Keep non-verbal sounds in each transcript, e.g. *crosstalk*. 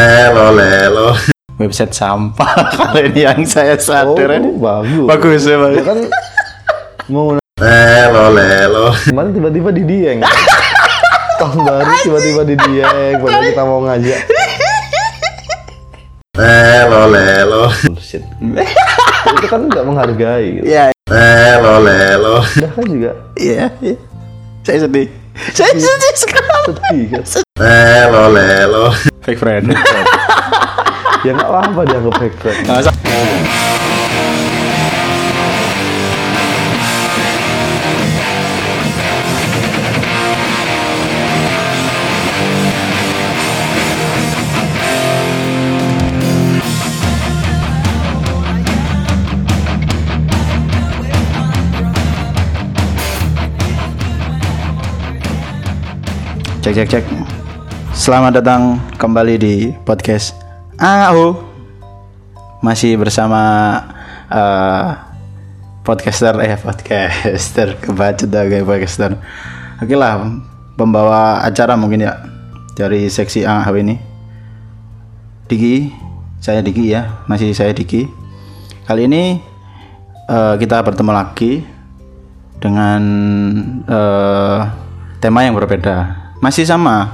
Lelo, lelo. website sampah *laughs* kali ini yang saya sadar ini. Oh. Oh, bagus bagus. ya Ya bagus kan mau Lelo, lelo. kemarin tiba-tiba di Dieng. Tahun baru tiba-tiba di Dieng. Padahal kita mau ngajak. Lelo, lelo. Bullshit. Itu kan nggak menghargai. Gitu. ya Lelo, lelo. Udah kan juga iya iya. saya sedih saya sedih sekali sedih kan. Lelo, lelo. fake friend *laughs* Ya nggak apa-apa dianggap fake friend. Nggak usah. cek cek cek selamat datang kembali di podcast AO masih bersama eh, podcaster eh podcaster *laughs* kebaca dah kayak podcaster oke lah pembawa acara mungkin ya dari seksi AHW ini Diki saya Diki ya masih saya Diki kali ini eh, kita bertemu lagi dengan eh, tema yang berbeda masih sama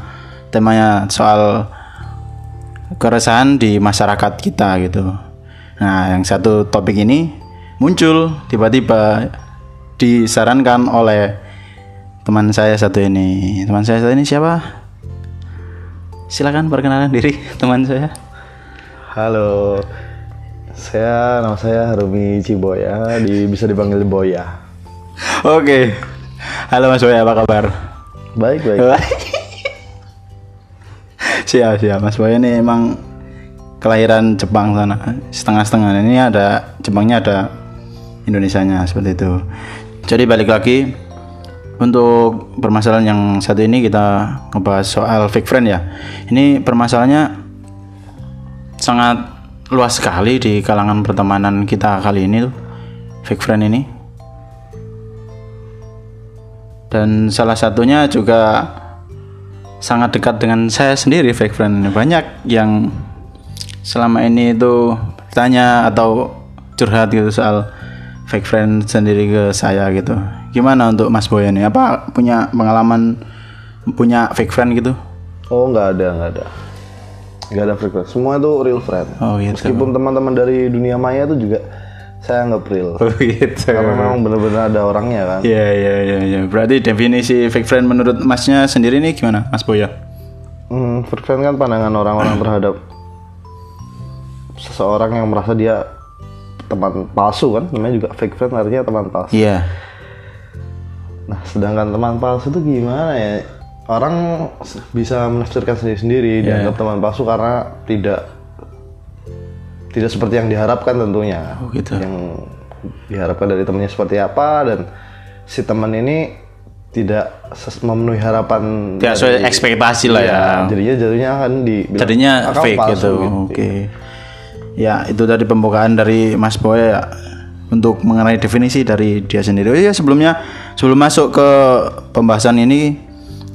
temanya soal keresahan di masyarakat kita gitu. Nah, yang satu topik ini muncul tiba-tiba disarankan oleh teman saya satu ini. Teman saya satu ini siapa? Silakan perkenalan diri *laughs* teman saya. Halo. Saya nama saya Rumi Ciboya, di, bisa dipanggil Boya. Oke. Halo Mas Boy, apa kabar? Baik baik. siap, siap. Mas Boy ini emang kelahiran Jepang sana. Setengah-setengah. Ini ada Jepangnya ada Indonesianya seperti itu. Jadi balik lagi untuk permasalahan yang satu ini kita ngebahas soal fake friend ya. Ini permasalahannya sangat luas sekali di kalangan pertemanan kita kali ini tuh fake friend ini dan salah satunya juga sangat dekat dengan saya sendiri fake friend ini. banyak yang selama ini itu bertanya atau curhat gitu soal fake friend sendiri ke saya gitu gimana untuk Mas Boy ini apa punya pengalaman punya fake friend gitu Oh nggak ada nggak ada. Nggak ada fake friend. Semua itu real friend. oh gitu Meskipun teman-teman dari dunia maya itu juga saya nggak real. oh gitu Karena memang benar-benar ada orangnya kan. ya ya ya ya berarti definisi fake friend menurut Masnya sendiri ini gimana Mas Boy Hmm, fake friend kan pandangan orang-orang terhadap seseorang yang merasa dia teman palsu kan, namanya juga fake friend artinya teman palsu. iya Nah, sedangkan teman palsu itu gimana ya? Orang s- bisa menafsirkan sendiri-sendiri dianggap teman palsu karena tidak tidak seperti yang diharapkan tentunya. oh gitu yang diharapkan dari temannya seperti apa dan si teman ini tidak ses- memenuhi harapan ya sesuai ekspektasi lah ya jadinya jadinya akan di "Ah, jadinya fake gitu. Oke. Ya, itu tadi pembukaan dari Mas Boy ya, untuk mengenai definisi dari dia sendiri. Oh iya, sebelumnya sebelum masuk ke pembahasan ini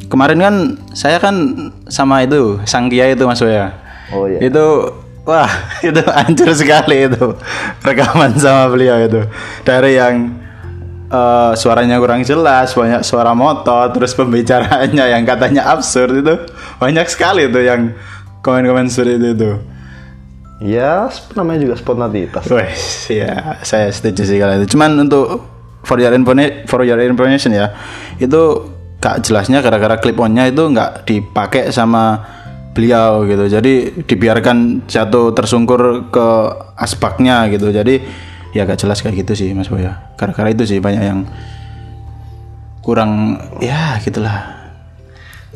kemarin kan saya kan sama itu Sang Kia itu Mas Boy ya. Oh iya. Itu wah, *laughs* itu hancur sekali itu rekaman sama beliau itu. Dari yang eh, suaranya kurang jelas, banyak suara motor, terus pembicaraannya yang katanya absurd itu banyak sekali itu yang komen-komen seperti itu. itu. ya sp- namanya juga spontanitas Wes, ya, saya setuju sih kalau itu. Cuman untuk for your information, for your information ya, itu gak jelasnya gara-gara clip onnya itu nggak dipakai sama beliau gitu. Jadi dibiarkan jatuh tersungkur ke asbaknya gitu. Jadi ya gak jelas kayak gitu sih Mas Boya. Gara-gara itu sih banyak yang kurang ya gitulah.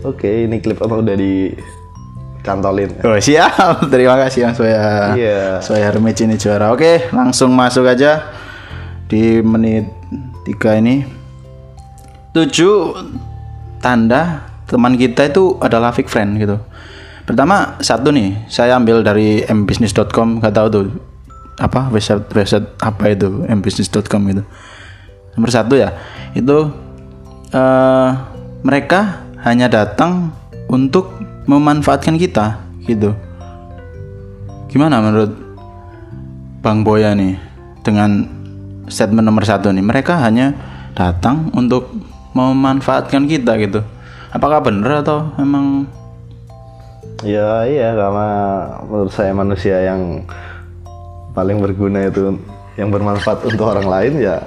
oke ini klip atau udah di cantolin Oh siap, *laughs* terima kasih Mas Boya. Iya. Saya Hermes ini juara. Oke, langsung masuk aja di menit tiga ini. Tujuh tanda teman kita itu adalah fake friend gitu. Pertama satu nih, saya ambil dari mbisnis.com nggak tahu tuh apa website website apa itu mbisnis.com gitu. Nomor satu ya itu eh, mereka hanya datang untuk memanfaatkan kita gitu Gimana menurut Bang Boya nih dengan statement nomor satu nih? Mereka hanya datang untuk memanfaatkan kita gitu. Apakah benar atau emang Ya iya karena menurut saya manusia yang paling berguna itu yang bermanfaat untuk orang lain ya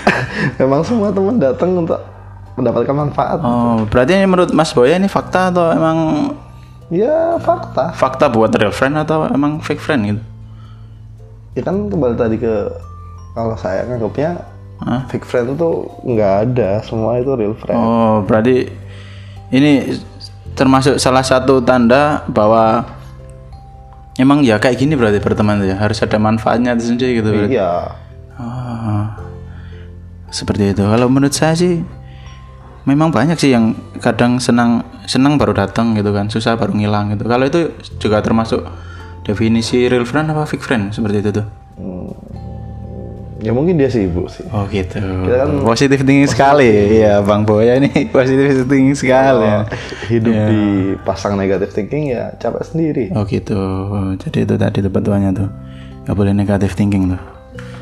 *laughs* memang semua teman datang untuk mendapatkan manfaat. Oh, berarti ini menurut Mas Boya ini fakta atau emang Ya fakta. fakta buat real friend atau emang fake friend gitu? Ya kan kembali tadi ke kalau saya nganggapnya Hah? fake friend itu nggak ada, semua itu real friend. Oh, berarti ini termasuk salah satu tanda bahwa emang ya kayak gini berarti berteman tuh ya harus ada manfaatnya itu sendiri gitu berarti. Iya. Oh, seperti itu. Kalau menurut saya sih memang banyak sih yang kadang senang senang baru datang gitu kan, susah baru ngilang gitu. Kalau itu juga termasuk definisi real friend apa fake friend seperti itu tuh. Ya mungkin dia sibuk sih. Oh gitu. positif thinking sekali. Iya, Bang Boya ini *laughs* positif thinking sekali. ya. Hidup dipasang negatif thinking ya capek sendiri. Oh gitu. Jadi itu tadi tuh petuanya tuh. Gak boleh negatif thinking tuh.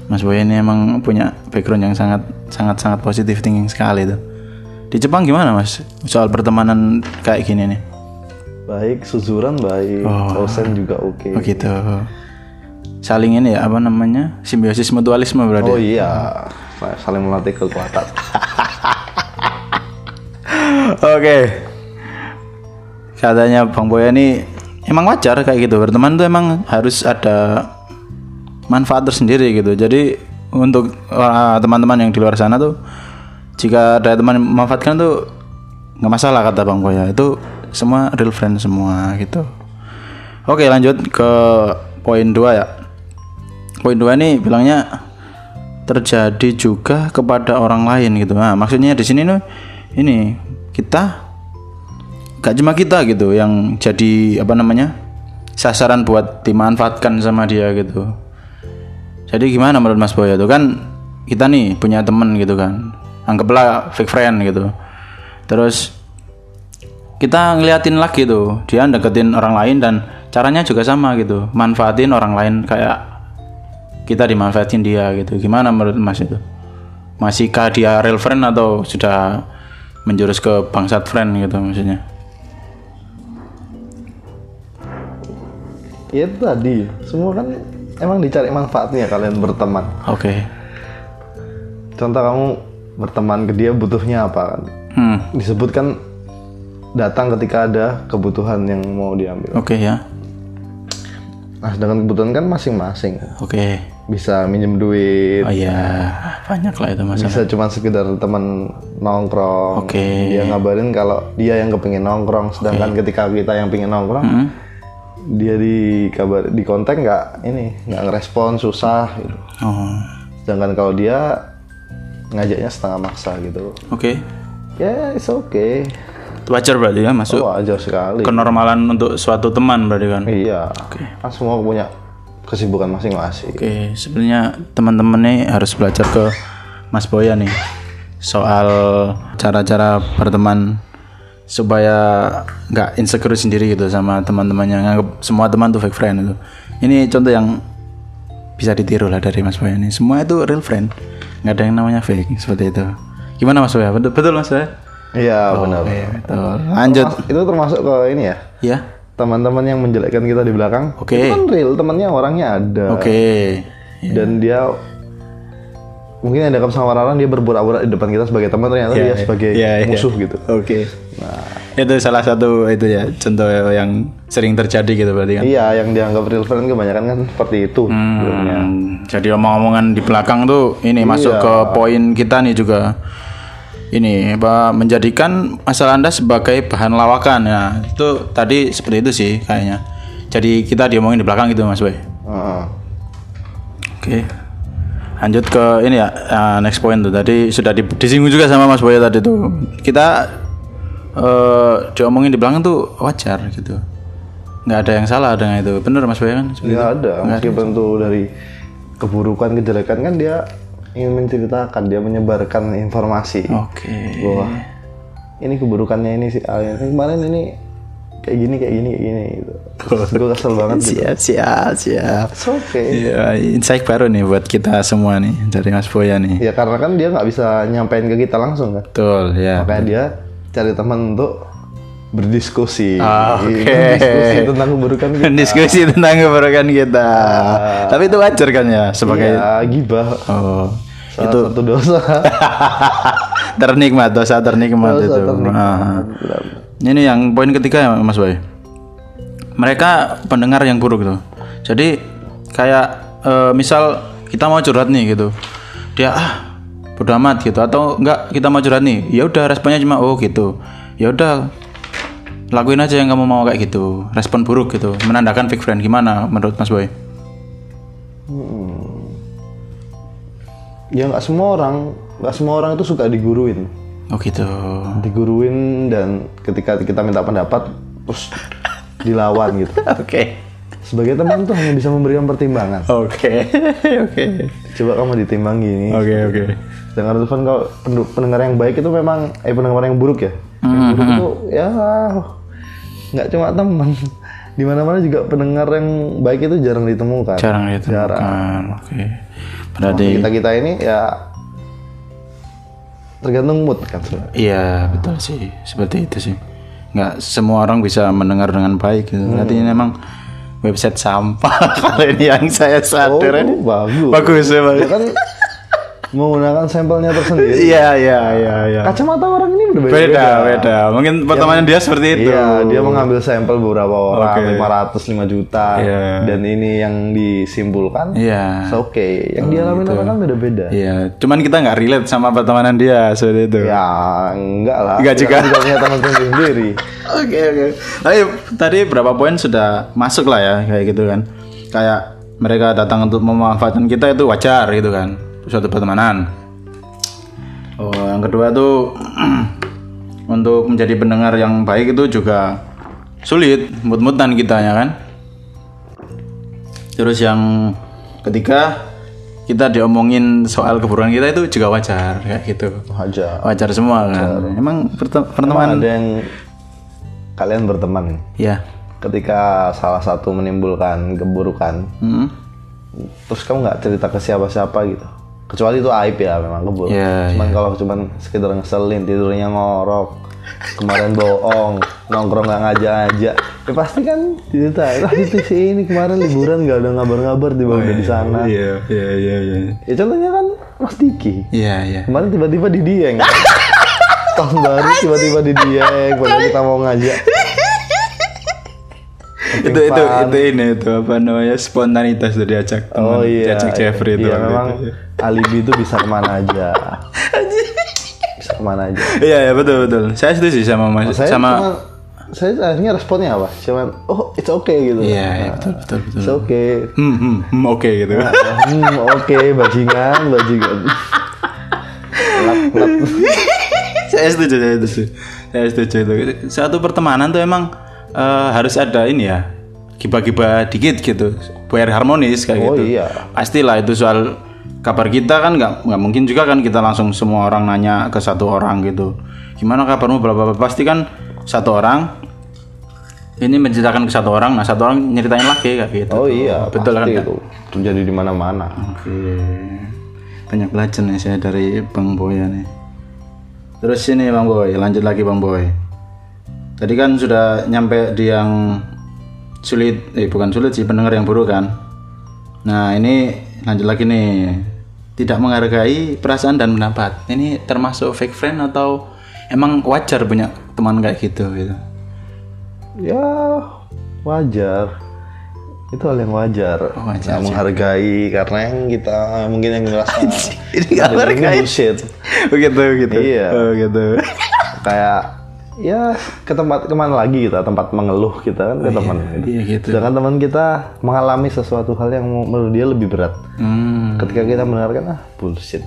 Mas Boya ini emang punya background yang sangat sangat sangat positif thinking sekali tuh. Di Jepang gimana Mas? Soal pertemanan kayak gini nih. Baik, suzuran baik, dosen juga oke. Oh gitu. Saling ini ya apa namanya? Simbiosis mutualisme berarti. Oh iya, Sa- saling melatih kekuatan. Oke. Katanya Bang Boya ini emang wajar kayak gitu. Berteman tuh emang harus ada manfaat tersendiri gitu. Jadi untuk eh, teman-teman yang di luar sana tuh jika ada teman yang memanfaatkan tuh nggak masalah kata Bang Boya. Itu semua real friend semua gitu. Oke, lanjut ke poin 2 ya. Poin 2 ini bilangnya terjadi juga kepada orang lain gitu. Nah, maksudnya di sini nih ini kita gak cuma kita gitu yang jadi apa namanya? sasaran buat dimanfaatkan sama dia gitu. Jadi gimana menurut Mas Boya tuh kan kita nih punya temen gitu kan. Anggaplah fake friend gitu. Terus kita ngeliatin lagi tuh dia deketin orang lain dan caranya juga sama gitu manfaatin orang lain kayak kita dimanfaatin dia gitu gimana menurut mas itu masihkah dia real friend atau sudah menjurus ke bangsat friend gitu maksudnya ya itu tadi, semua kan emang dicari manfaatnya kalian berteman. oke Contoh kamu berteman ke dia butuhnya apa kan? hmm Disebutkan datang ketika ada kebutuhan yang mau diambil. oke ya Nah, sedangkan kebutuhan kan masing-masing. oke Bisa minjem duit, oh ya banyak lah itu masalah bisa cuma sekedar teman nongkrong. Oke. Dia ngabarin kalau dia yang kepingin nongkrong, Iya. sedangkan ketika kita yang pingin nongkrong, Hmm. dia di kabar di kontak nggak ini nggak ngerespon susah gitu. oh Sedangkan kalau dia ngajaknya setengah maksa gitu. oke Ya, it's okay. wajar berarti ya masuk Wah, aja sekali. kenormalan untuk suatu teman berarti kan Iya. Oke. Kan semua punya kesibukan masing-masing. Oke, sebenarnya teman-teman nih harus belajar ke Mas Boya nih soal cara-cara berteman supaya nggak insecure sendiri gitu sama teman-temannya nganggap semua teman tuh fake friend itu. Ini contoh yang bisa ditiru lah dari Mas Boya nih. Semua itu real friend, nggak ada yang namanya fake seperti itu. Gimana Mas Boya? Betul, betul Mas Boya? Iya, benar. Oh, Betul. Lanjut. Mas, Itu termasuk ke ini ya. Ya. Teman-teman yang menjelekkan kita di belakang. Oke. Itu kan real, temannya orangnya ada. Oke. Iya. Dan dia mungkin yang dianggap sama orang-orang dia berpura-pura di depan kita sebagai teman ternyata dia sebagai Iya, iya. musuh gitu. Nah. Oke. Itu salah satu itu ya contoh yang sering terjadi gitu berarti kan. Iya, yang dianggap real friend kebanyakan kan seperti itu. sebelumnya. Hmm, jadi omong-omongan di belakang tuh ini Iya. masuk ke poin kita nih juga. Ini apa menjadikan masalah Anda sebagai bahan lawakan. Nah, itu tadi seperti itu sih kayaknya. Jadi kita diomongin di belakang gitu Mas Boy. Heeh. Oke. Lanjut ke ini ya, eh, next point tuh. Tadi sudah di- disinggung juga sama Mas Boy tadi tuh. Kita eh diomongin di belakang tuh wajar gitu. Nggak ada yang salah dengan itu. Bener Mas Boy kan? Nggak ada, meskipun itu dari keburukan kejelekan kan dia ingin menceritakan, dia menyebarkan informasi Oke. bahwa ini keburukannya ini si A, ini kemarin ini kayak gini kayak gini kayak gini gitu. gue kesel *laughs* banget gitu Siap, siap, siap. It's okay Iya, insight baru nih buat kita semua nih dari Mas Boya nih. ya karena kan dia nggak bisa nyampein ke kita langsung kan Betul, ya. makanya dia cari teman untuk berdiskusi Iya, Ah, oke. berdiskusi tentang keburukan kita *laughs* Diskusi tentang keburukan kita. Tapi itu wajar kan ya sebagai ya gibah oh salah itu satu dosa *laughs* ternikmat dosa ternikmat Dosa itu. ternikmat. Ah. Ini yang poin ketiga ya Mas Boy. Mereka pendengar yang buruk tuh. Jadi kayak eh, misal kita mau curhat nih gitu. Dia ah bodo amat gitu atau enggak kita mau curhat nih. Ya udah responnya cuma oh gitu. Ya udah lakuin aja yang kamu mau kayak gitu. Respon buruk gitu. Menandakan fake friend gimana menurut Mas Boy? ya nggak semua orang nggak semua orang itu suka diguruin Oh gitu. diguruin dan ketika kita minta pendapat terus dilawan gitu Oke. sebagai teman tuh hanya bisa memberikan pertimbangan Oke. Oke. coba kamu ditimbang gini Oke oke. dengar telepon kalau pendu- pendengar yang baik itu memang eh pendengar yang buruk ya yang Mm-hmm. buruk Hmm. itu ya nggak cuma teman *laughs* di mana mana juga pendengar yang baik itu jarang ditemukan Jarang ditemukan. Oke. Berarti kita kita ini ya tergantung mood kan sebenarnya. iya betul sih seperti itu sih. Nggak semua orang bisa mendengar dengan baik gitu. Berarti ini memang website sampah *laughs* kalau ini yang saya sadar ini. bagus. Bagus ya Bang. Ya *laughs* kan menggunakan sampelnya tersendiri Iya iya iya iya. kacamata orang ini berbeda Beda beda. Mungkin pertamanya dia seperti itu. Iya, dia mengambil sampel beberapa Oke. orang, 500, 5 juta, Iya. dan ini yang disimpulkan. Iya. gitu. so oke. Yang dia alami apa kan beda-beda. Iya. Cuman kita nggak relate sama pertemanan dia seperti itu. Ya, enggak lah. Enggak Kita juga. kan punya teman *laughs* sendiri. Oke oke. Tapi tadi berapa poin sudah masuk lah ya kayak gitu kan. Kayak mereka datang untuk memanfaatkan kita itu wajar gitu kan. Suatu pertemanan. Oh, yang kedua tuh *clears throat* untuk menjadi pendengar yang baik itu juga sulit, mut-mutan kita ya kan. Terus yang ketiga kita diomongin soal keburukan kita itu juga wajar kayak gitu. Aja. Wajar semua kan. Emang perte- pertemanan Ada yang kalian berteman ya. ketika salah satu menimbulkan keburukan, Hmm. terus kamu nggak cerita ke siapa-siapa gitu. Kecuali itu aib ya memang keburukan. Iya, cuman kalau cuman sekedar ngeselin, tidurnya ngorok, kemarin bohong, nongkrong nggak ngajak-ngajak, ya pasti kan diceritain. Ah, itu sih ini kemarin liburan nggak ada ngabar-ngabar tiba udah di sana. Oh, Iya, iya, iya, iya. Ya contohnya kan Mas Diki. Iya, iya. Kemarin tiba-tiba di *laughs* Dieng. Tahun baru tiba-tiba di Dieng, padahal kita mau ngajak. Itu itu itu ini itu apa namanya spontanitas dari diajak teman, Oh iya. diajak Jeffrey itu. Iya, waktu memang itu. alibi itu bisa kemana aja. Bisa kemana aja. Iya, iya betul betul. Saya setuju sama Mas saya sama cuma- saya akhirnya responnya apa? Cuman oh it's okay gitu. Iya, iya, betul betul betul. It's okay. Hmm, hmm, hmm, oke gitu. Hmm, oke bajingan, bajingan. saya setuju, saya setuju. Saya setuju itu. Satu pertemanan tuh emang eh, harus ada ini ya. Gibah-gibah dikit gitu. Biar harmonis kayak Oh gitu. iya. pastilah itu soal kabar kita kan nggak nggak mungkin juga kan kita langsung semua orang nanya ke satu orang gitu gimana kabarmu bla bla bla. pasti kan satu orang ini menceritakan ke satu orang nah satu orang nyeritain lagi kayak gitu Oh iya, betul kan pasti Kak? itu terjadi di mana-mana. oke banyak belajar nih saya dari bang boy ya nih terus ini bang boy lanjut lagi bang boy tadi kan sudah nyampe di yang sulit eh bukan sulit sih pendengar yang buruk kan nah ini lanjut lagi nih tidak menghargai perasaan dan pendapat ini termasuk fake friend atau emang wajar punya teman kayak gitu gitu Ya wajar. Itu hal yang wajar. Oh, wajar, Nggak menghargai karena yang kita menghargai yang ngerasa ini nggak menghargai. bullshit. begitu gitu Iya. oh, gitu Kayak ya ke tempat kemana lagi kita tempat mengeluh kita kan ke teman gitu. iya gitu Sedangkan teman kita mengalami sesuatu hal yang menurut dia lebih berat. hmm. Nah, Ketika kita mendengarkan ah *laughs* bullshit.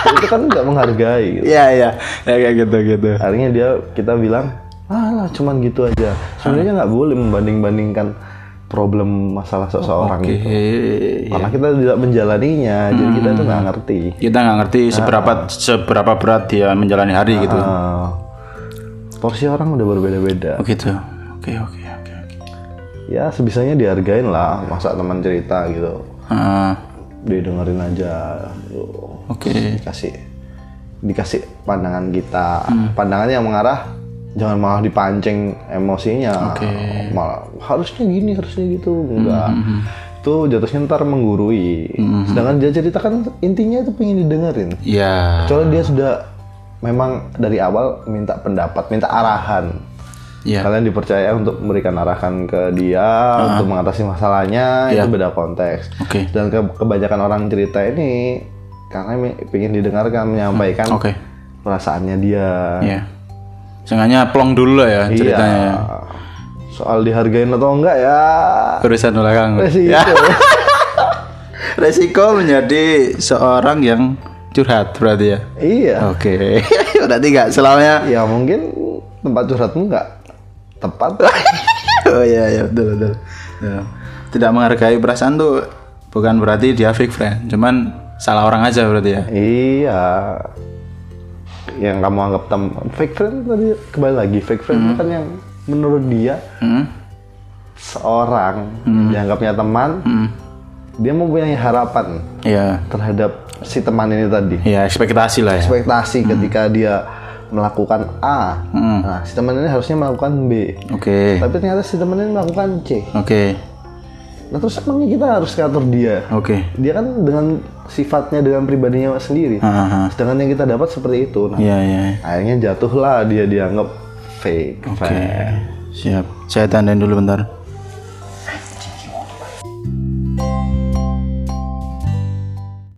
itu kan nggak menghargai. Gitu. Iya iya ya kayak gitu gitu. Akhirnya dia kita bilang alah cuman gitu aja. Ah. Sebenarnya nggak boleh membanding-bandingkan problem masalah seseorang Oh, Oke. iya. gitu. Karena kita tidak menjalaninya, jadi kita tuh Hmm. nggak ngerti. Kita nggak ngerti seberapa seberapa berat dia menjalani hari gitu. Eh, porsi Ah, orang udah berbeda-beda. Oh gitu. Oke oke oke. oke. ya sebisanya dihargain lah masa teman cerita gitu Ah, didengerin aja gitu. Oke. dikasih dikasih pandangan kita pandangan yang mengarah jangan malah dipancing emosinya malah harusnya gini harusnya gitu enggak itu jatuhnya ntar menggurui sedangkan dia cerita kan intinya itu pengen didengerin Ya. kecuali dia sudah memang dari awal minta pendapat minta arahan Ya. Ah. kalian dipercaya untuk memberikan arahan ke dia untuk mengatasi masalahnya Ya. itu beda konteks Oke. dan ke- kebanyakan orang cerita ini karena mi- ingin didengarkan menyampaikan Hmm, Oke. perasaannya dia Ya. Seenggaknya plong dulu lah ya ceritanya. ya. soal dihargain atau enggak ya Urusan belakang. sih itu. *laughs* Resiko menjadi seorang yang curhat berarti ya. iya Oke. *laughs* berarti nggak selamanya. ya mungkin tempat curhatmu enggak *laughs* tepat oh iya iya betul betul. Ya. Tidak menghargai perasaan tuh bukan berarti dia fake friend, cuman salah orang aja berarti ya. iya yang kamu anggap tem fake friend tadi kembali lagi fake friend kan yang menurut dia Hmm? seorang dianggapnya teman, dia mempunyai harapan Ya. terhadap si teman ini tadi. Ya ekspektasi lah ya. Ekspektasi ketika dia melakukan A, nah, si teman ini harusnya melakukan B. Oke. Tapi ternyata si teman ini melakukan C. Oke. Nah terus emangnya kita harus ngatur dia? Oke. Dia kan dengan sifatnya dengan pribadinya sendiri. Ah, ah, ah. Sedangkan yang kita dapat seperti itu. Nah, Iya iya. iya. akhirnya jatuhlah dia dianggap fake. Oke. Siap. Saya tandain dulu bentar.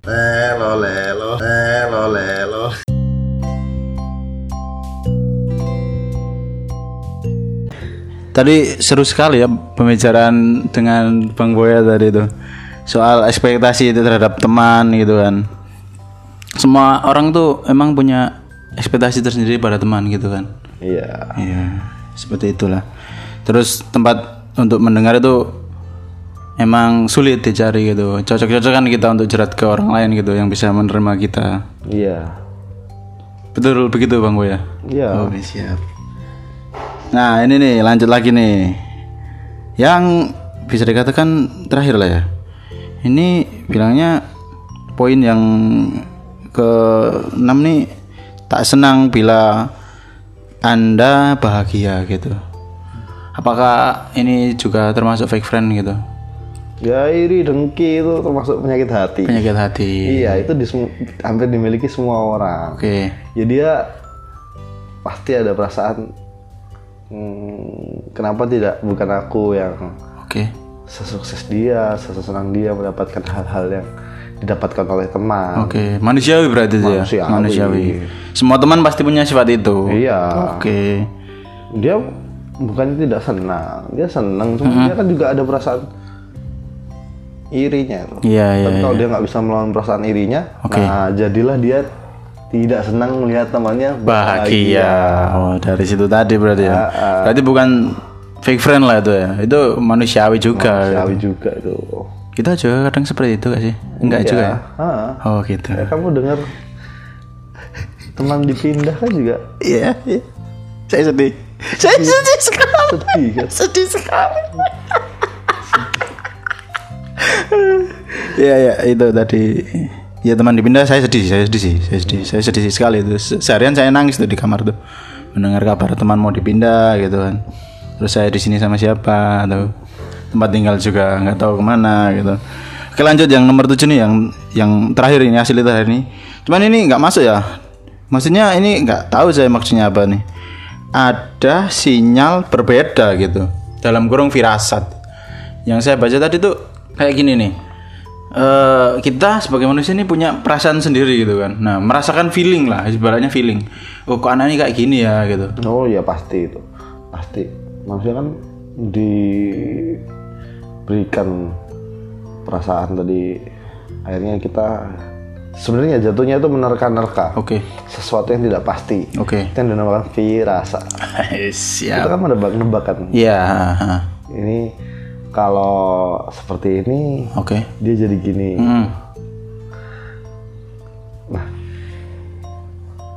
Lelo lelo lelo lelo Tadi seru sekali ya pembicaraan dengan Bang Boya tadi itu soal ekspektasi itu terhadap teman gitu kan. Semua orang tuh emang punya ekspektasi tersendiri pada teman gitu kan. Iya. Iya, seperti itulah. Terus tempat untuk mendengar itu emang sulit dicari gitu. Cocok-cocokan kita untuk jerat ke orang lain gitu yang bisa menerima kita. Iya. Betul begitu Bang Boya? Iya. Oh, Oke, siap. Nah, ini nih lanjut lagi nih. Yang bisa dikatakan terakhir lah ya. Ini bilangnya poin yang ke 6 nih tak senang bila Anda bahagia gitu. Apakah ini juga termasuk fake friend gitu? Ya iri dengki itu termasuk penyakit hati. Penyakit hati. Iya, itu di semu- hampir dimiliki semua orang. Oke. Ya dia pasti ada perasaan "Hmm, kenapa tidak bukan aku yang Oke. sesukses dia, sesenang dia mendapatkan hal-hal yang didapatkan oleh teman. Oke, manusiawi berarti itu ya. Manusiawi. Manusiawi. Semua teman pasti punya sifat itu. Iya. Oke. Dia bukan tidak senang, dia senang cuma Mm-hmm. dia kan juga ada perasaan irinya itu. Iya, iya. Tapi kalau dia nggak bisa melawan perasaan irinya, Oke. nah jadilah dia tidak senang melihat temannya Bahagia. Oh, dari situ tadi berarti ya. Berarti bukan fake friend lah itu ya. Itu manusiawi juga. Siawi juga itu. Kita juga kadang seperti itu gak sih? Enggak Iya. juga ya. Ah. Oh, gitu. Ya, kamu dengar teman dipindah kan juga Iya, iya. Saya sedih. Saya sedih sekali. sedih kan? Sedih ya? sekali. Iya, iya, itu tadi. Ya teman dipindah saya sedih, saya sedih sih, saya sedih, saya sedih sekali itu. Se- Seharian saya nangis tuh di kamar tuh. Mendengar kabar teman mau dipindah gitu kan. Terus saya di sini sama siapa atau tempat tinggal juga nggak tahu kemana gitu. Oke lanjut yang nomor 7 nih yang yang terakhir ini hasil terakhir ini. Cuman ini nggak masuk ya. Maksudnya ini nggak tahu saya maksudnya apa nih. Ada sinyal berbeda gitu dalam kurung firasat yang saya baca tadi tuh kayak gini nih Eh, kita sebagai manusia ini punya perasaan sendiri gitu kan nah merasakan feeling lah ibaratnya feeling oh kok anak ini kayak gini ya gitu Oh ya pasti itu. Pasti. Manusia kan diberikan perasaan tadi akhirnya kita sebenarnya jatuhnya itu menerka-nerka oke sesuatu yang tidak pasti. oke *laughs* Itu yang dinamakan firasat. Kita siap kan menebak-nebakan. ya ha. Ini kalau seperti ini oke dia jadi gini. Hmm.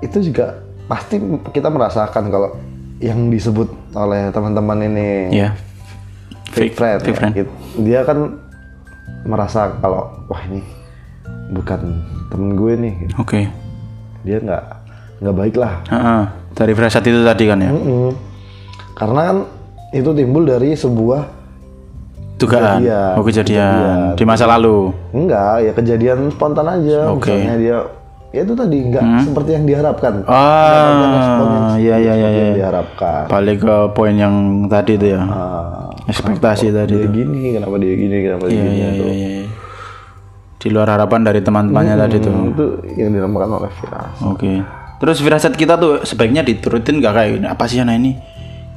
itu juga pasti Iya, kita merasakan kalau yang disebut oleh teman-teman ini ya Fake- fake friend, fake ya. friend. It- dia kan merasa kalau wah ini bukan temen gue nih gitu. Oke. dia nggak nggak baik lah Heeh. Dari firasat itu tadi kan ya. Mm-mm. karena kan itu timbul dari sebuah Dugaan. Kejadian. Oh iya. kejadian di masa lalu. enggak ya kejadian spontan aja Oke. misalnya dia ya itu tadi nggak seperti yang diharapkan Mendapatkan respon yang Ah, iya iya iya. seperti iya. yang diharapkan Balik ke poin yang tadi itu ya. Ah, Ekspektasi tadi. dia gini kenapa dia gini kenapa dia Iya gini iya iya. iya. Di luar harapan dari teman-temannya tadi tuh. Hmm, itu yang dinamakan oleh virus Oke. Terus firasat kita tuh sebaiknya diturutin gak kayak gini, apa sih anak ini?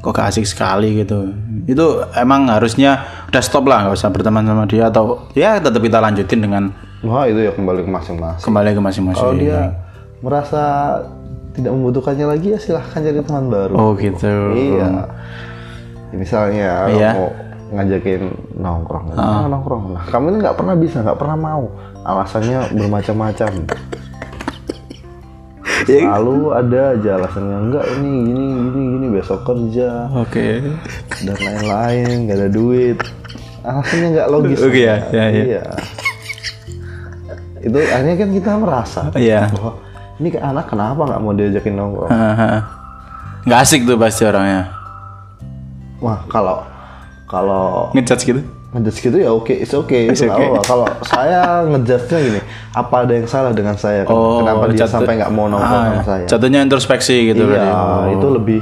Kok gak asik sekali gitu. Itu emang harusnya udah stop lah nggak usah berteman sama dia atau ya tetap kita lanjutin dengan wah itu ya kembali ke masing-masing kembali ke masing-masing. kalau dia merasa tidak membutuhkannya lagi ya silahkan cari teman baru Oh gitu. iya Ya, misalnya Iya. mau ngajakin nongkrong "Ah, nongkrong nah kamu ini nggak pernah bisa nggak pernah mau alasannya bermacam-macam selalu ada aja alasannya enggak ini gini gini gini besok kerja Oke. dan lain-lain nggak ada duit alasannya nggak logis Oke, ya, ya, ya. iya itu akhirnya kan kita merasa Iya. *laughs* bahwa ini ke anak kenapa nggak mau diajakin nongkrong Hahaha. Nggak asik tuh pasti orangnya. wah kalau kalau Ngejudge gitu. ngejudge gitu ya oke it's okay itu nggak okay. apa-apa. kalau saya ngejudge-nya gini apa ada yang salah dengan saya kenapa dia jatuh- sampai nggak mau Oh, nongkrong Ah, sama saya Jatuhnya introspeksi gitu iya berarti. itu lebih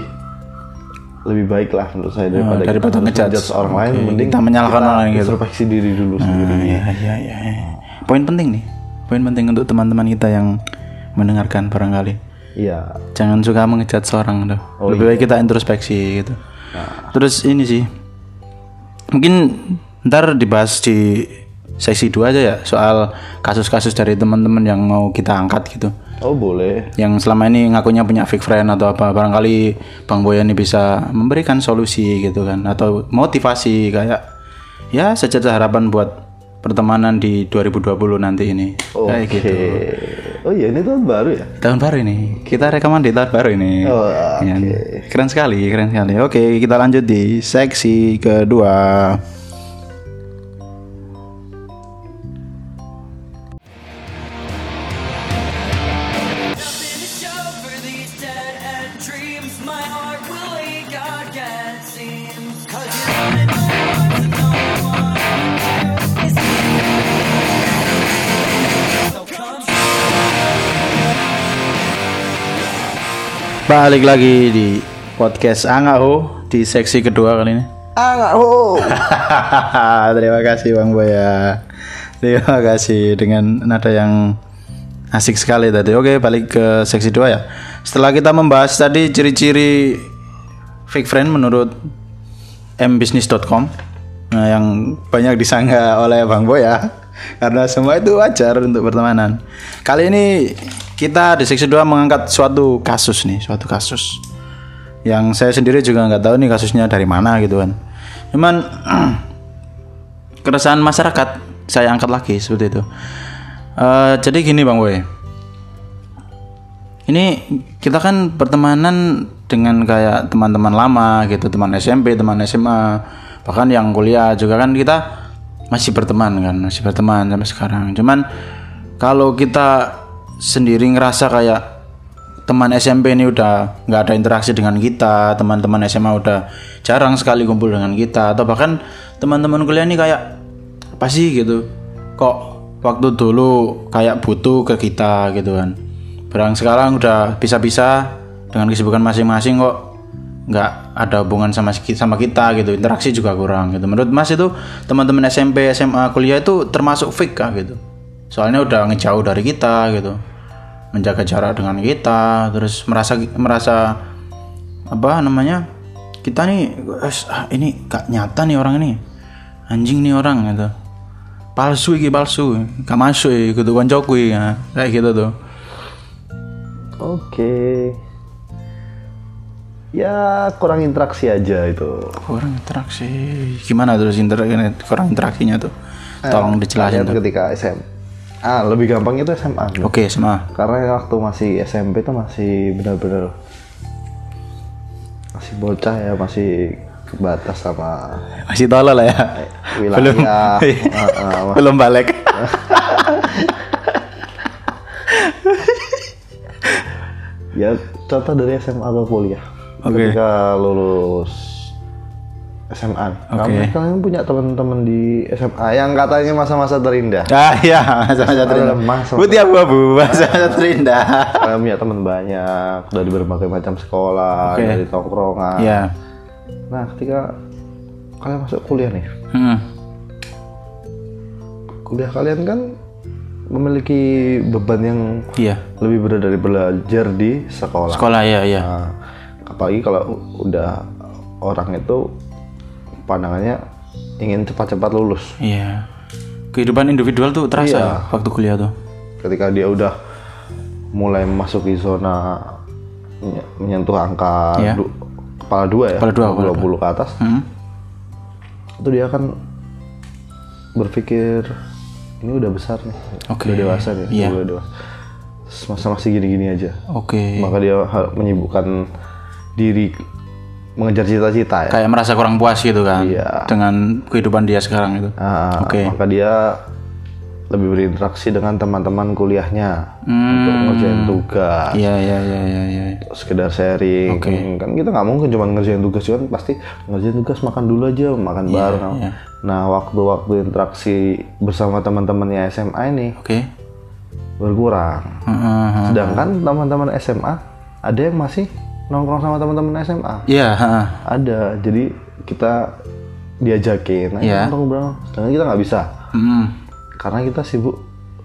lebih baik lah menurut saya daripada, Ah, daripada terus ngejudge. ngejudge orang lain Oke, mending kita menyalahkan orang lain gitu. introspeksi diri dulu sendiri Ah, iya, iya, iya. Poin penting nih. Poin penting untuk teman-teman kita yang mendengarkan barangkali. Iya, Jangan suka mengejat seorang tuh. Lebih baik kita introspeksi gitu. Terus ini sih. Mungkin ntar dibahas di sesi 2 aja ya soal kasus-kasus dari teman-teman yang mau kita angkat gitu. oh boleh. Yang selama ini ngakunya punya fake friend atau apa barangkali Bang Boya ini bisa memberikan solusi gitu kan atau motivasi kayak ya sejajar harapan buat pertemanan di 2020 nanti ini. Kayak Oke. gitu. Oh iya ini tahun baru ya? Tahun baru ini kita rekaman di tahun baru ini. Oh, Ya, Keren sekali, keren sekali. Oke, kita lanjut di seksi kedua. Nothing to show for these dead end dreams. My heart will ache again, seems. Cause you live in my arms and no one cares. So come Balik lagi di podcast Angaho di seksi kedua kali ini. Ah nggak, oh. *laughs* Terima kasih Bang Boya. Terima kasih dengan nada yang asik sekali tadi. Oke, balik ke seksi dua ya. Setelah kita membahas tadi ciri-ciri fake friend menurut mbisnis.com nah, yang banyak disanggah oleh Bang Boya karena semua itu wajar untuk pertemanan. Kali ini kita di seksi dua mengangkat suatu kasus nih, suatu kasus yang saya sendiri juga nggak tahu nih kasusnya dari mana gitu kan. Cuman *clears throat* keresahan masyarakat saya angkat lagi seperti itu. Eh, jadi gini bang Boy, ini kita kan pertemanan dengan kayak teman-teman lama gitu, teman SMP, teman SMA, bahkan yang kuliah juga kan kita masih berteman kan, masih berteman sampai sekarang. Cuman kalau kita sendiri ngerasa kayak teman SMP ini udah nggak ada interaksi dengan kita, teman-teman SMA udah jarang sekali kumpul dengan kita, atau bahkan teman-teman kuliah ini kayak apa sih gitu, kok waktu dulu kayak butuh ke kita gitu kan barang sekarang udah bisa-bisa dengan kesibukan masing-masing kok nggak ada hubungan sama si- sama kita gitu interaksi juga kurang gitu menurut mas itu teman-teman SMP SMA kuliah itu termasuk fake kah gitu soalnya udah ngejauh dari kita gitu menjaga jarak dengan kita terus merasa merasa apa namanya kita nih "Es, ah, ini gak nyata nih orang ini anjing nih orang gitu palsu iki palsu gak masuk ya gitu koncoku iki." Nah, kayak gitu tuh Oke. Ya kurang interaksi aja itu. kurang interaksi gimana terus inter kurang interaksinya tuh tolong dijelasin Lihat tuh ketika SM. Ah lebih gampang itu SMA. oke sama Karena waktu masih SMP itu masih benar-benar masih bocah ya masih kebatas sama Masih tolol lah ya. Wilayah, *laughs* belum *laughs* eh, eh, belum *laughs* balik. ya contoh dari SMA atau kuliah Oke. ketika lulus SMA kamu Oke. kalian punya teman-teman di SMA yang katanya masa-masa terindah ah iya, masa-masa terindah. lemah, Ah, sama- Putih abu-abu, masa-masa terindah. kalian punya teman banyak dari berbagai macam sekolah Oke. dari tongkrongan Iya. nah ketika kalian masuk kuliah nih Hmm. kuliah kalian kan memiliki beban yang Iya. lebih berat dari belajar di sekolah Sekolah ya, iya. Nah, apalagi kalau udah orang itu pandangannya ingin cepat-cepat lulus. Iya. Kehidupan individual tuh terasa Iya. waktu kuliah tuh. Ketika dia udah mulai masuk di zona menye- menyentuh angka Iya. du- kepala dua ya, Kepala dua, Hmm. kepala 20 ke atas, Hmm. itu dia akan berpikir ini udah besar nih, Oke. udah dewasa nih, Iya. udah dewasa. Terus Masa masih gini-gini aja. Oke. Maka dia har- menyibukkan diri mengejar cita-cita ya. Kayak merasa kurang puas gitu kan Iya. dengan kehidupan dia sekarang itu. Ah, Oke. Maka dia lebih berinteraksi dengan teman-teman kuliahnya Hmm. untuk ngerjain tugas, Iya, iya, iya, iya, iya. sekedar sharing. Oke. Kan kita nggak mungkin cuma ngerjain tugas kan pasti ngerjain tugas makan dulu aja, makan bareng. iya. Nah, waktu-waktu interaksi bersama teman-temannya SMA ini Oke. berkurang. Heeh. Sedangkan teman-teman SMA ada yang masih nongkrong sama teman-teman SMA. Iya, heeh. Ada. Jadi kita diajakin, ayo Iya. nongkrong bareng. Sedangkan kita nggak bisa. Hmm. karena kita sibuk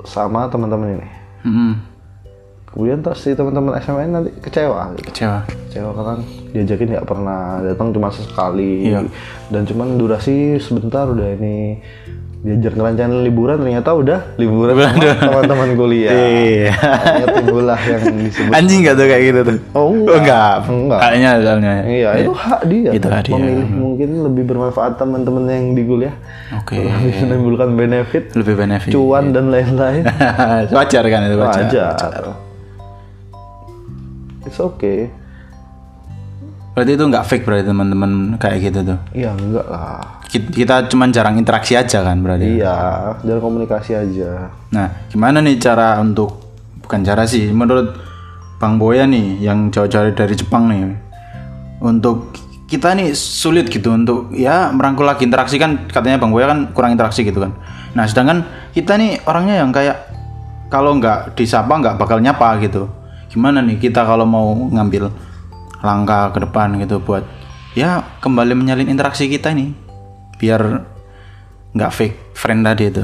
sama teman-teman ini Hmm. kemudian terus si teman-teman SMA ini nanti kecewa gitu. Kecewa. kecewa karena diajakin nggak pernah datang cuma sekali Iya. dan cuman durasi sebentar udah ini diajak ngerancain liburan ternyata udah liburan sama teman-teman kuliah *laughs* Iya. Akhirnya timbulah yang disebut Anjing gak tuh kayak gitu tuh? Oh, enggak. enggak. Kayaknya soalnya. iya itu hak dia Itu hak dia. Hmm. memilih mungkin lebih bermanfaat teman-teman yang di kuliah Oke. bisa menimbulkan benefit Lebih benefit. cuan dan lain-lain *laughs* wajar kan itu wajar. wajar. It's okay. Berarti itu nggak fake berarti teman-teman kayak gitu tuh. Iya enggak lah. Ki- Kita cuman jarang interaksi aja kan berarti. Iya, jalan komunikasi aja. Nah, gimana nih cara untuk bukan cara sih, menurut Bang Boya nih yang jauh-jauh dari Jepang nih. Untuk kita nih sulit gitu untuk ya merangkul lagi interaksi kan katanya Bang Boya kan kurang interaksi gitu kan. Nah, sedangkan kita nih orangnya yang kayak kalau nggak disapa nggak bakal nyapa gitu. Gimana nih kita kalau mau ngambil langkah ke depan gitu buat ya kembali menyalin interaksi kita nih biar nggak fake friend tadi itu.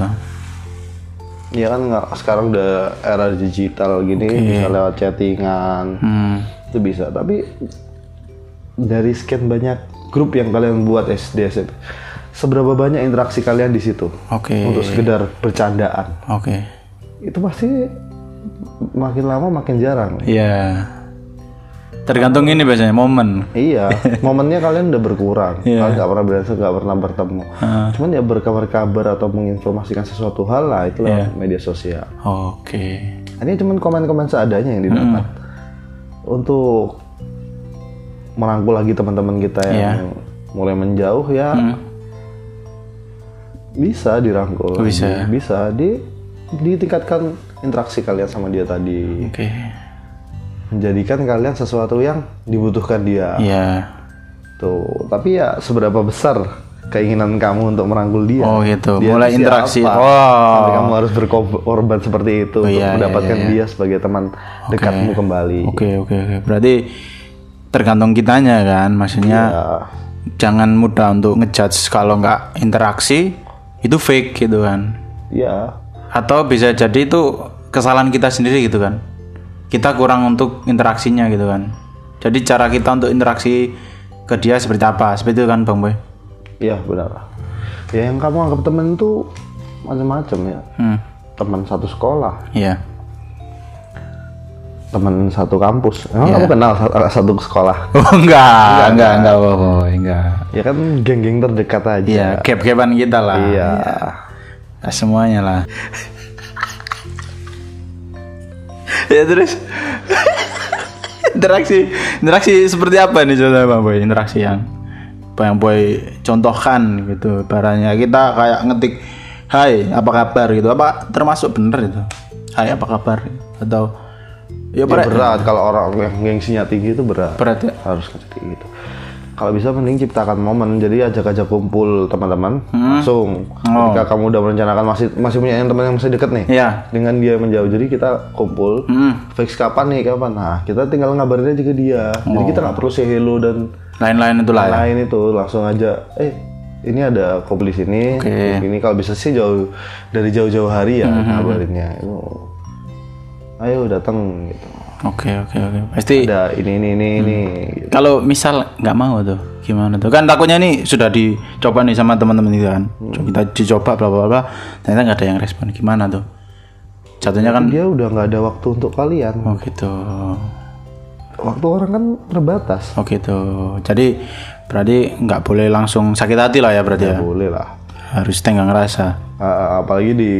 Iya kan nggak sekarang udah era digital gini bisa lewat chattingan Hmm, itu bisa. Tapi dari sekian banyak grup yang kalian buat SD SMP, seberapa banyak interaksi kalian di situ Oke, untuk sekedar bercandaan oke, itu pasti makin lama makin jarang. iya. Tergantung ini biasanya momen. Iya, momennya kalian udah berkurang. Iya. Ah. Kalian nggak pernah berasa, nggak pernah bertemu. Cuman ya berkabar-kabar atau menginformasikan sesuatu hal lah itu Iya. lewat media sosial. Oke, Ini cuman komen-komen seadanya yang didapat. Untuk merangkul lagi teman-teman kita yang Iya. mulai menjauh ya Mm. bisa dirangkul. Bisa. Bisa di ditingkatkan interaksi kalian sama dia tadi. oke, Menjadikan kalian sesuatu yang dibutuhkan dia. iya. Tuh, tapi ya seberapa besar keinginan kamu untuk merangkul dia? Oh, gitu. Dia Mulai itu interaksi. siapa? Wow. Sampai kamu harus berkorban seperti itu untuk iya, iya, mendapatkan iya, dia sebagai teman dekatmu kembali. Oke, oke, oke. Berarti tergantung kitanya kan, maksudnya Ya, jangan mudah untuk ngejudge kalau nggak interaksi itu fake gitu kan. ya, Atau bisa jadi itu kesalahan kita sendiri gitu kan. Kita kurang untuk interaksinya gitu kan. Jadi cara kita untuk interaksi ke dia seperti apa? Seperti itu kan, Bang Boy? ya benar. Ya yang kamu anggap teman itu macam-macam ya. Hmm, Teman satu sekolah, iya. teman satu kampus. Iya. Emang kamu kenal sa- eh, satu sekolah? Oh enggak, enggak, enggak, enggak, boy, enggak. Ya kan geng-geng terdekat aja. Iya, gap-gapan kita lah. Iya. Nah, semuanya lah. ya terus interaksi interaksi seperti apa nih contohnya Bang Boy? Interaksi yang yang boy contohkan gitu barangnya kita kayak ngetik Hai apa kabar gitu apa termasuk bener itu Hai apa kabar atau ya, Ya, pare- berat kalau orang yang gengsinya tinggi itu berat. Berat ya? Harus seperti itu. Kalau bisa mending ciptakan momen. Jadi ajak-ajak kumpul teman-teman langsung. Hmm. Oh. Ketika kamu udah merencanakan masih masih punya yang teman yang masih deket nih. Iya. Hmm. Dengan dia menjauh. Jadi kita kumpul. Fix kapan nih kapan? Nah kita tinggal ngabarin aja ke dia. Jadi kita nggak perlu say hello dan lain-lain itu lah Oh. ya. lain itu langsung aja. Eh ini ada kok beli sini. Oke. Hmm. Ini kalau bisa sih jauh dari jauh-jauh hari ya ngabarinnya. Itu, Ayo datang gitu Oke oke oke pasti ada ini ini ini ini gitu. kalau misal nggak mau tuh gimana tuh kan takutnya nih sudah dicoba nih sama teman-teman itu kan kita dicoba bla bla bla ternyata nggak ada yang respon gimana tuh jatuhnya kan dia udah nggak ada waktu untuk kalian oh gitu waktu orang kan terbatas oh gitu jadi berarti nggak boleh langsung sakit hati lah ya berarti ya, ya boleh lah harus tenggang rasa A- apalagi di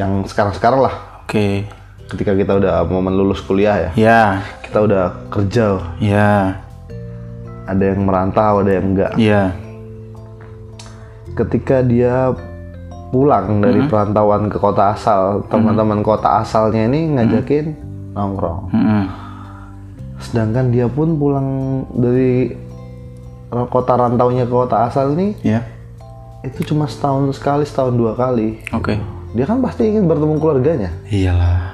yang sekarang sekarang lah oke ketika kita udah momen lulus kuliah ya ya kita udah kerja ya ada yang merantau ada yang enggak ya ketika dia pulang dari perantauan ke kota asal teman-teman kota asalnya ini ngajakin nongkrong Mm-mm. sedangkan dia pun pulang dari kota rantaunya ke kota asal nih ya itu cuma setahun sekali setahun dua kali oke dia kan pasti ingin bertemu keluarganya iyalah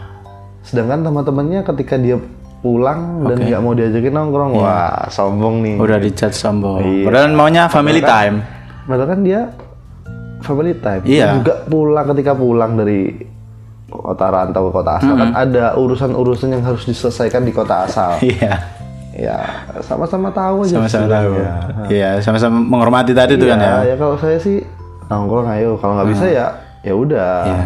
sedangkan teman-temannya ketika dia pulang dan nggak mau diajakin Iya. nongkrong wah sombong nih udah dicat sombong Iya. padahal maunya family time *laughs* padahal kan dia family time Iya. Dia juga pulang ketika pulang dari kota rantau ke kota asal kan ada urusan-urusan yang harus diselesaikan di kota *laughs* asal iya ya sama-sama tahu aja sama-sama tahu. sebenarnya. Iya, sama-sama menghormati tadi itu kan ya. Ah. ya, ya kalau saya sih nongkrong ayo kalau nggak bisa ya ya udah Ya,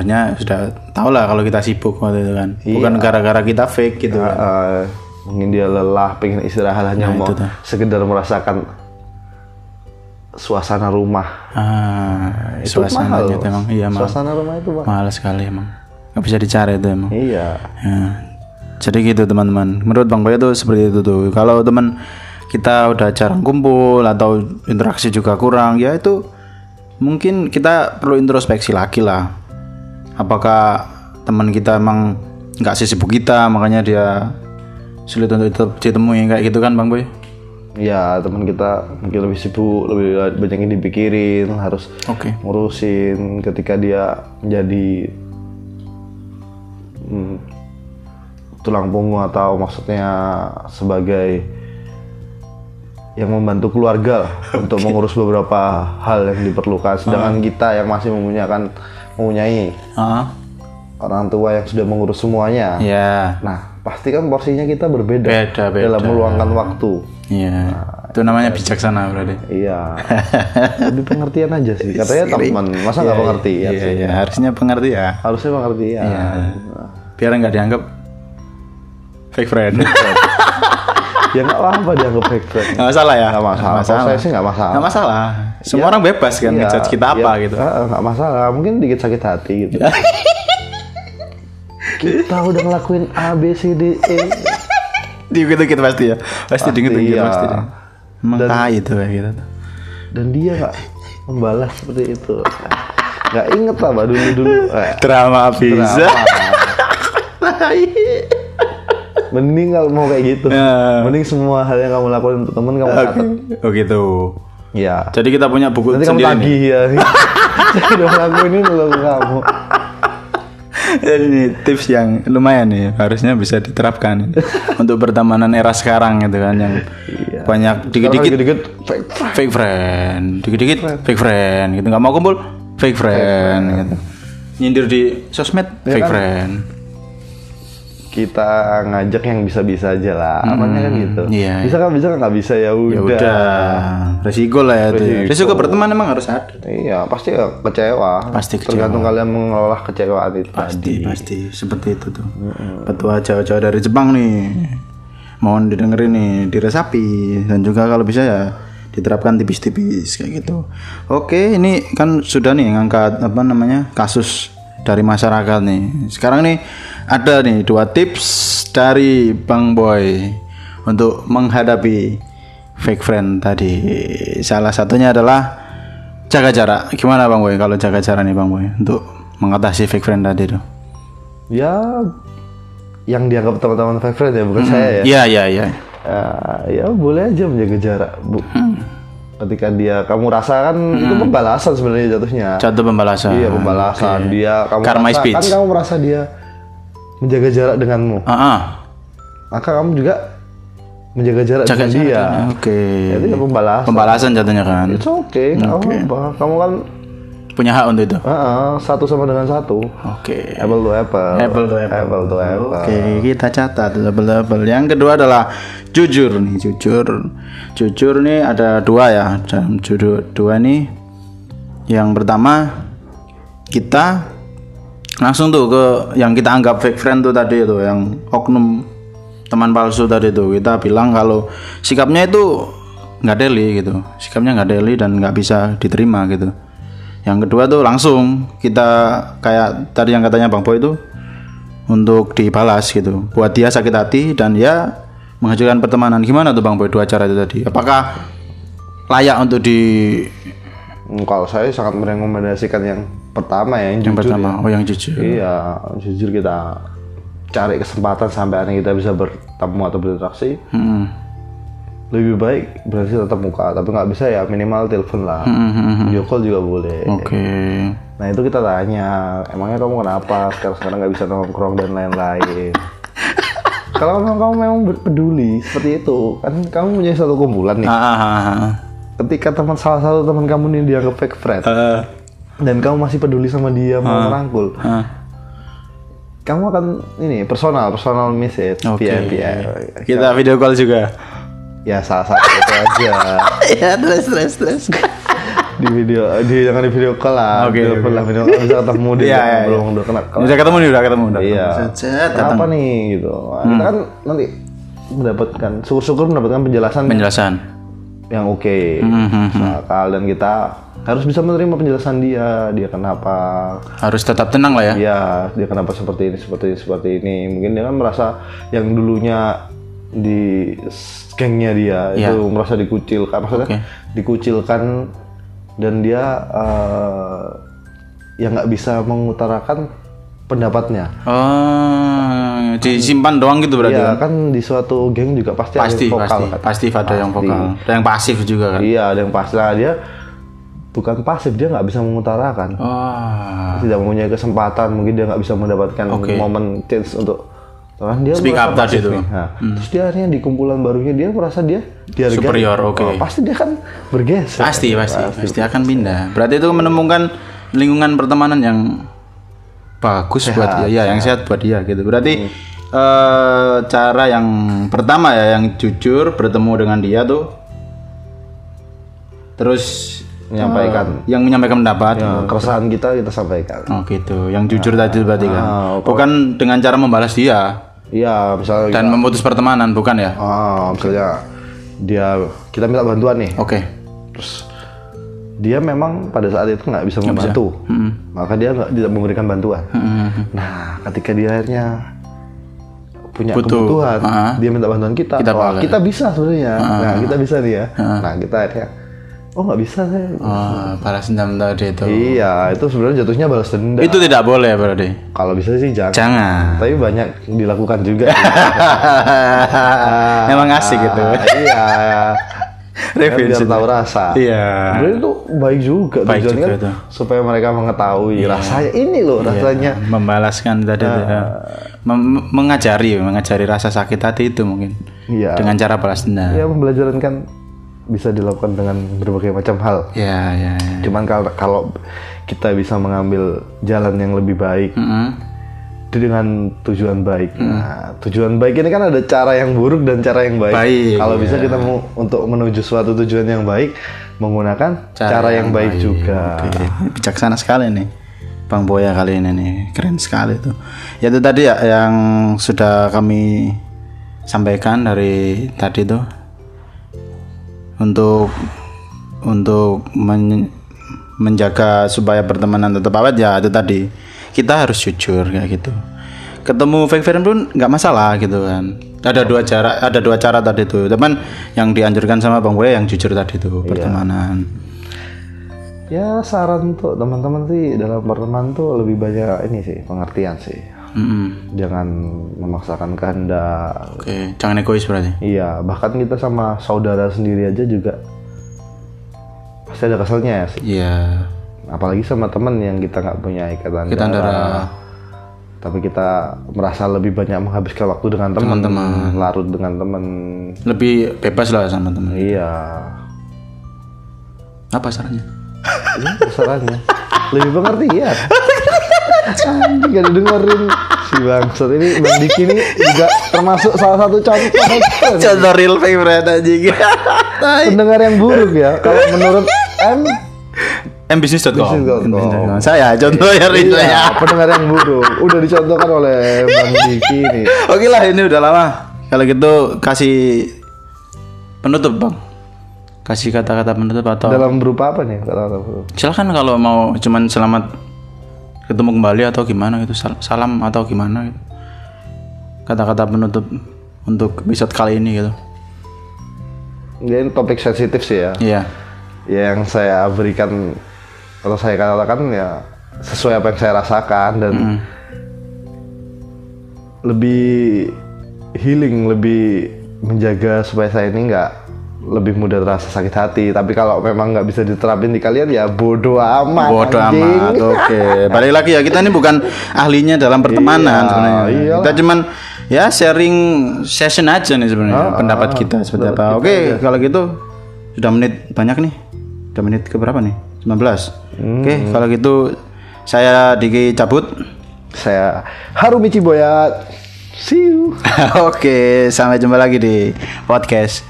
Harusnya sudah tahu lah kalau kita sibuk waktu itu kan. Iya. Bukan gara-gara kita fake gitu kan. Eh, mungkin dia lelah pengen istirahat Nah, hanya mau itu tuh. sekedar merasakan suasana rumah Ah, Itu mahal. suasananya tuh emang iya mahal. suasana rumah itu mahal Mahal sekali emang. Nggak bisa dicari itu emang. iya Ya. Jadi gitu teman-teman. Menurut Bang Boy itu seperti itu tuh. Kalau teman kita udah jarang kumpul atau interaksi juga kurang, ya itu mungkin kita perlu introspeksi lagi lah. Apakah teman kita emang nggak sesibuk kita, makanya dia sulit untuk ditem- ditemui kayak gitu kan Bang Boy? ya teman kita mungkin lebih sibuk lebih banyak yang dipikirin harus Oke. ngurusin ketika dia menjadi hmm, tulang punggung atau maksudnya sebagai yang membantu keluarga *laughs* lah untuk mengurus beberapa hal yang diperlukan sedangkan kita yang masih mempunyakan mempunyai Ah, orang tua yang sudah mengurus semuanya ya, nah pasti kan porsinya kita berbeda Beda, beda. dalam meluangkan waktu ya. Itu namanya bijaksana berarti. *laughs* Iya. Lebih pengertian aja sih. Katanya teman, masa nggak pengerti ya? Iya, iya, harusnya pengerti ya. Harusnya pengerti ya. biar nggak dianggap fake friend Ya nggak apa-apa dianggap fake friend. nggak masalah ya Nggak masalah. Kalau saya sih nggak masalah. nggak masalah semua Iya. orang bebas kan Iya, ngejudge kita apa iya, gitu Ya. eh, Nggak masalah. Mungkin dikit sakit hati gitu. kita udah ngelakuin A B C D E. dikit-dikit pasti ya pasti dikit-dikit iya. pasti deh. emang Dan- tai itu kayak gitu tuh. dan dia nggak membalas seperti itu. Nggak inget lah bah dulu *laughs* dulu. Eh, drama bisa Mending kalau mau kayak gitu. Ya. Mending semua hal yang kamu lakuin untuk temen kamu catat. oh gitu Ya. jadi kita punya buku Nanti kamu sendiri nih. tagih ya. *laughs* Saya udah ngelakuin ini loh ke kamu. Jadi ini tips yang lumayan nih, harusnya bisa diterapkan *laughs* untuk pertemanan era sekarang gitu kan yang Iya. banyak dikit-dikit dikit fake. fake friend, dikit-dikit fake friend gitu. Nggak mau kumpul fake friend gitu. Nyindir di sosmed fake kan? friend. Kita ngajak yang bisa-bisa aja lah. Apanya kan gitu. iya, Bisa kan bisa kan nggak bisa ya udah. Ya udah, resiko lah ya itu. ya. Resiko. Resiko berteman emang harus ada. Iya, pasti ya kecewa. Pasti kecewa. Tergantung kalian mengelola kecewaan itu. Pasti, pasti seperti itu tuh. Petua jauh-jauh dari Jepang nih. Mohon didengerin nih, diresapi dan juga kalau bisa ya diterapkan tipis-tipis kayak gitu. Oke, ini kan sudah nih ngangkat apa namanya? kasus dari masyarakat nih. Sekarang nih ada nih dua tips dari Bang Boy untuk menghadapi fake friend tadi. Salah satunya adalah jaga jarak. Gimana Bang Boy kalau jaga jarak nih Bang Boy untuk mengatasi fake friend tadi tuh? ya yang dianggap teman-teman fake friend ya bukan saya Iya, ya. iya, iya. ya ya boleh aja menjaga jarak bu Hmm. ketika dia kamu rasakan itu pembalasan sebenarnya jatuhnya Contoh pembalasan. iya pembalasan Ah, Oke. dia kamu Karma merasa- speech. kan kamu merasa dia menjaga jarak denganmu Ah, ah. maka kamu juga menjaga jarak jaga dengan jarak. dia Oke. Jadi ya pembalasan. Hmm. Pembalasan jatuhnya kan. It's okay, nggak apa-apa. Kamu kan Punya hak untuk itu. ah, ah, satu sama dengan satu. Oke. Apple to apple. Apple to apple. Apple to apple. Oke, kita catat double-double. Yang kedua adalah jujur nih, jujur. Jujur nih ada dua ya. Dalam judul dua nih. Yang pertama kita langsung tuh ke yang kita anggap fake friend tuh tadi itu yang oknum teman palsu tadi tuh kita bilang kalau sikapnya itu nggak deli gitu sikapnya nggak deli dan nggak bisa diterima gitu yang kedua tuh langsung kita kayak tadi yang katanya bang Boy itu untuk dibalas gitu buat dia sakit hati dan ya menghancurkan pertemanan gimana tuh bang Boy dua cara itu tadi apakah layak untuk di Hmm, Kalau saya sangat merekomendasikan yang pertama ya, yang, yang jujur pertama ya. oh yang jujur Iya, jujur kita cari kesempatan sampai akhirnya kita bisa bertemu atau berinteraksi. Hmm. Lebih baik berarti tetap muka, tapi nggak bisa ya minimal telepon lah. Hmm, Video call juga boleh. oke Nah itu kita tanya, emangnya kamu kenapa sekarang sekarang nggak bisa nongkrong dan *laughs* lain-lain? Kalau memang kamu memang ber- peduli seperti itu, kan kamu punya satu kumpulan nih. Ah, ah, ah, ah. Ketika teman salah satu teman kamu nih dianggap fake friend Eh, dan kamu masih peduli sama dia mau merangkul, ah. kamu akan ini personal personal message, Oke. PM, PM. Kita video call *laughs* juga. Ya salah satu itu aja ya, terus terus terus. di video, di jangan di video call lah, Oke, video oke. call lah, video call bisa ketemu dia Iya, iya, belum iya. udah kena. Udah ketemu nih, udah ketemu. Udah Iya. ketemu. Set, datang. Hmm. Kenapa nih gitu? Nah, Kita kan nanti mendapatkan syukur-syukur mendapatkan penjelasan Penjelasan. yang oke. Hmm, Akal dan kita harus bisa menerima penjelasan dia, dia kenapa, Harus tetap tenang lah ya. dia dia kenapa seperti ini, seperti ini, seperti ini. Mungkin dia kan merasa yang dulunya di gengnya dia Iya. itu merasa dikucilkan, maksudnya Oke. dikucilkan dan dia eh, yang nggak bisa mengutarakan pendapatnya. Oh, disimpan doang gitu berarti. Iya kan? kan di suatu geng juga pasti, Pasti, ada yang vokal pasti, kan. pasti ada yang Pasti. vokal. Ada yang pasif juga kan. Iya ada yang pasti lah dia bukan pasif dia nggak bisa mengutarakan, Oh. tidak mempunyai kesempatan mungkin dia nggak bisa mendapatkan Oke. momen chance untuk kan dia Speak merasa up tadi Hmm. pasif tuh. nih. Nah, Terus dia akhirnya di kumpulan barunya dia merasa dia dihargai. Superior, oke. Ah. Wah, pasti dia kan bergeser. Pasti, pasti, pasti akan pindah. Berarti itu menemukan lingkungan pertemanan yang bagus buat dia, ya, yang sehat buat dia gitu. Berarti eh, cara yang pertama ya, yang jujur bertemu dengan dia tuh, terus Menyampaikan. eh, yang menyampaikan Ya. pendapat. Nah, keresahan kita kita sampaikan. Oh gitu, yang jujur tadi berarti kan, ah, oke. bukan dengan cara membalas dia Iya misalnya dan memutus pertemanan, bukan ya? ah, misalnya dia kita minta bantuan nih. Oke, terus dia memang pada saat itu nggak bisa membantu Hmm. maka dia nggak tidak memberikan bantuan nah ketika dia akhirnya punya Butuh. kebutuhan Ah. dia minta bantuan kita Kita Ah. Wah, boleh. kita bisa sebenarnya nah kita bisa dia nah kita akhirnya oh nggak bisa saya oh, balas dendam tadi itu. iya itu sebenarnya jatuhnya balas dendam Itu tidak boleh berarti. kalau bisa sih jangan Jangan. tapi banyak dilakukan juga *laughs* Emang asik gitu. Ah, iya *laughs* Revenge Biar itu. tahu rasa Iya. Sebenarnya itu baik juga Baik tujuannya juga kan tuh. Iya. supaya mereka mengetahui rasanya ini loh rasanya. Membalaskan tadi Ah. itu, ya. Mem- mengajari, mengajari rasa sakit hati itu mungkin. Iya. Dengan cara balas dendam. Ya pembelajaran kan bisa dilakukan dengan berbagai macam hal. Iya, iya, iya. Cuman kalau kalau kita bisa mengambil jalan yang lebih baik Mm-mm. dengan tujuan baik. Hmm. Nah, tujuan baik ini kan ada cara yang buruk dan cara yang baik. Baik, kalau bisa ya. kita mau untuk menuju suatu tujuan yang baik menggunakan cara, yang, baik, juga. Oke. Bijaksana sekali nih. Bang Boya kali ini nih keren sekali tuh. Ya itu tadi ya yang sudah kami sampaikan dari tadi tuh untuk untuk men- menjaga supaya pertemanan tetap awet ya itu tadi kita harus jujur kayak gitu ketemu fake friend pun nggak masalah gitu kan Ada dua cara, ada dua cara tadi tuh. Teman yang dianjurkan sama Bang Boy yang jujur tadi tuh pertemanan. Ya saran untuk teman-teman sih dalam berteman tuh lebih banyak ini sih pengertian sih. Mm-mm. Jangan memaksakan kehendak. Oke, jangan egois berarti. Iya, bahkan kita sama saudara sendiri aja juga pasti ada keselnya ya sih. Iya. Apalagi sama teman yang kita nggak punya ikatan Kita darah. antara Tapi kita merasa lebih banyak menghabiskan waktu dengan teman, larut dengan teman. lebih bebas lah sama teman. Iya, Apa sarannya? ini sarannya. lebih pengertian. Anjing gak didengerin si bangsat ini Bang Diki ini juga termasuk salah satu contoh Contoh real favorite anjing. *laughs* pendengar yang buruk ya kalau menurut M mbisnis.com. Mbisnis.com. Saya contoh ya real ya. Iya, pendengar yang buruk. Udah dicontohkan oleh Bang Diki nih. Oke lah ini udah lama. Kalau gitu kasih penutup bang. Kasih kata-kata penutup atau Dalam berupa apa nih kata-kata buruk? silahkan kalau mau cuman selamat ketemu kembali atau gimana gitu sal- salam atau gimana gitu. Kata-kata penutup untuk episode kali ini gitu. Dia Ini topik sensitif sih ya. Iya. Ya, Yang saya berikan atau saya katakan ya sesuai apa yang saya rasakan dan Hmm. lebih healing, lebih menjaga supaya saya ini nggak lebih mudah terasa sakit hati. Tapi kalau memang nggak bisa diterapin di kalian ya bodoh amat. Bodoh anjing. amat. Oke. Balik lagi ya kita ini bukan ahlinya dalam pertemanan Iya, sebenarnya. iyalah. Kita cuman ya sharing session aja nih Ah, sebenarnya pendapat kita seperti apa. Oke, kalau gitu sudah menit banyak nih. Sudah menit ke berapa nih? 19. Hmm. Oke, kalau gitu saya Diki cabut. *laughs* Saya Harumi Ciboyat. See you. Oke, sampai jumpa lagi di podcast.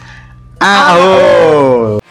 Aho.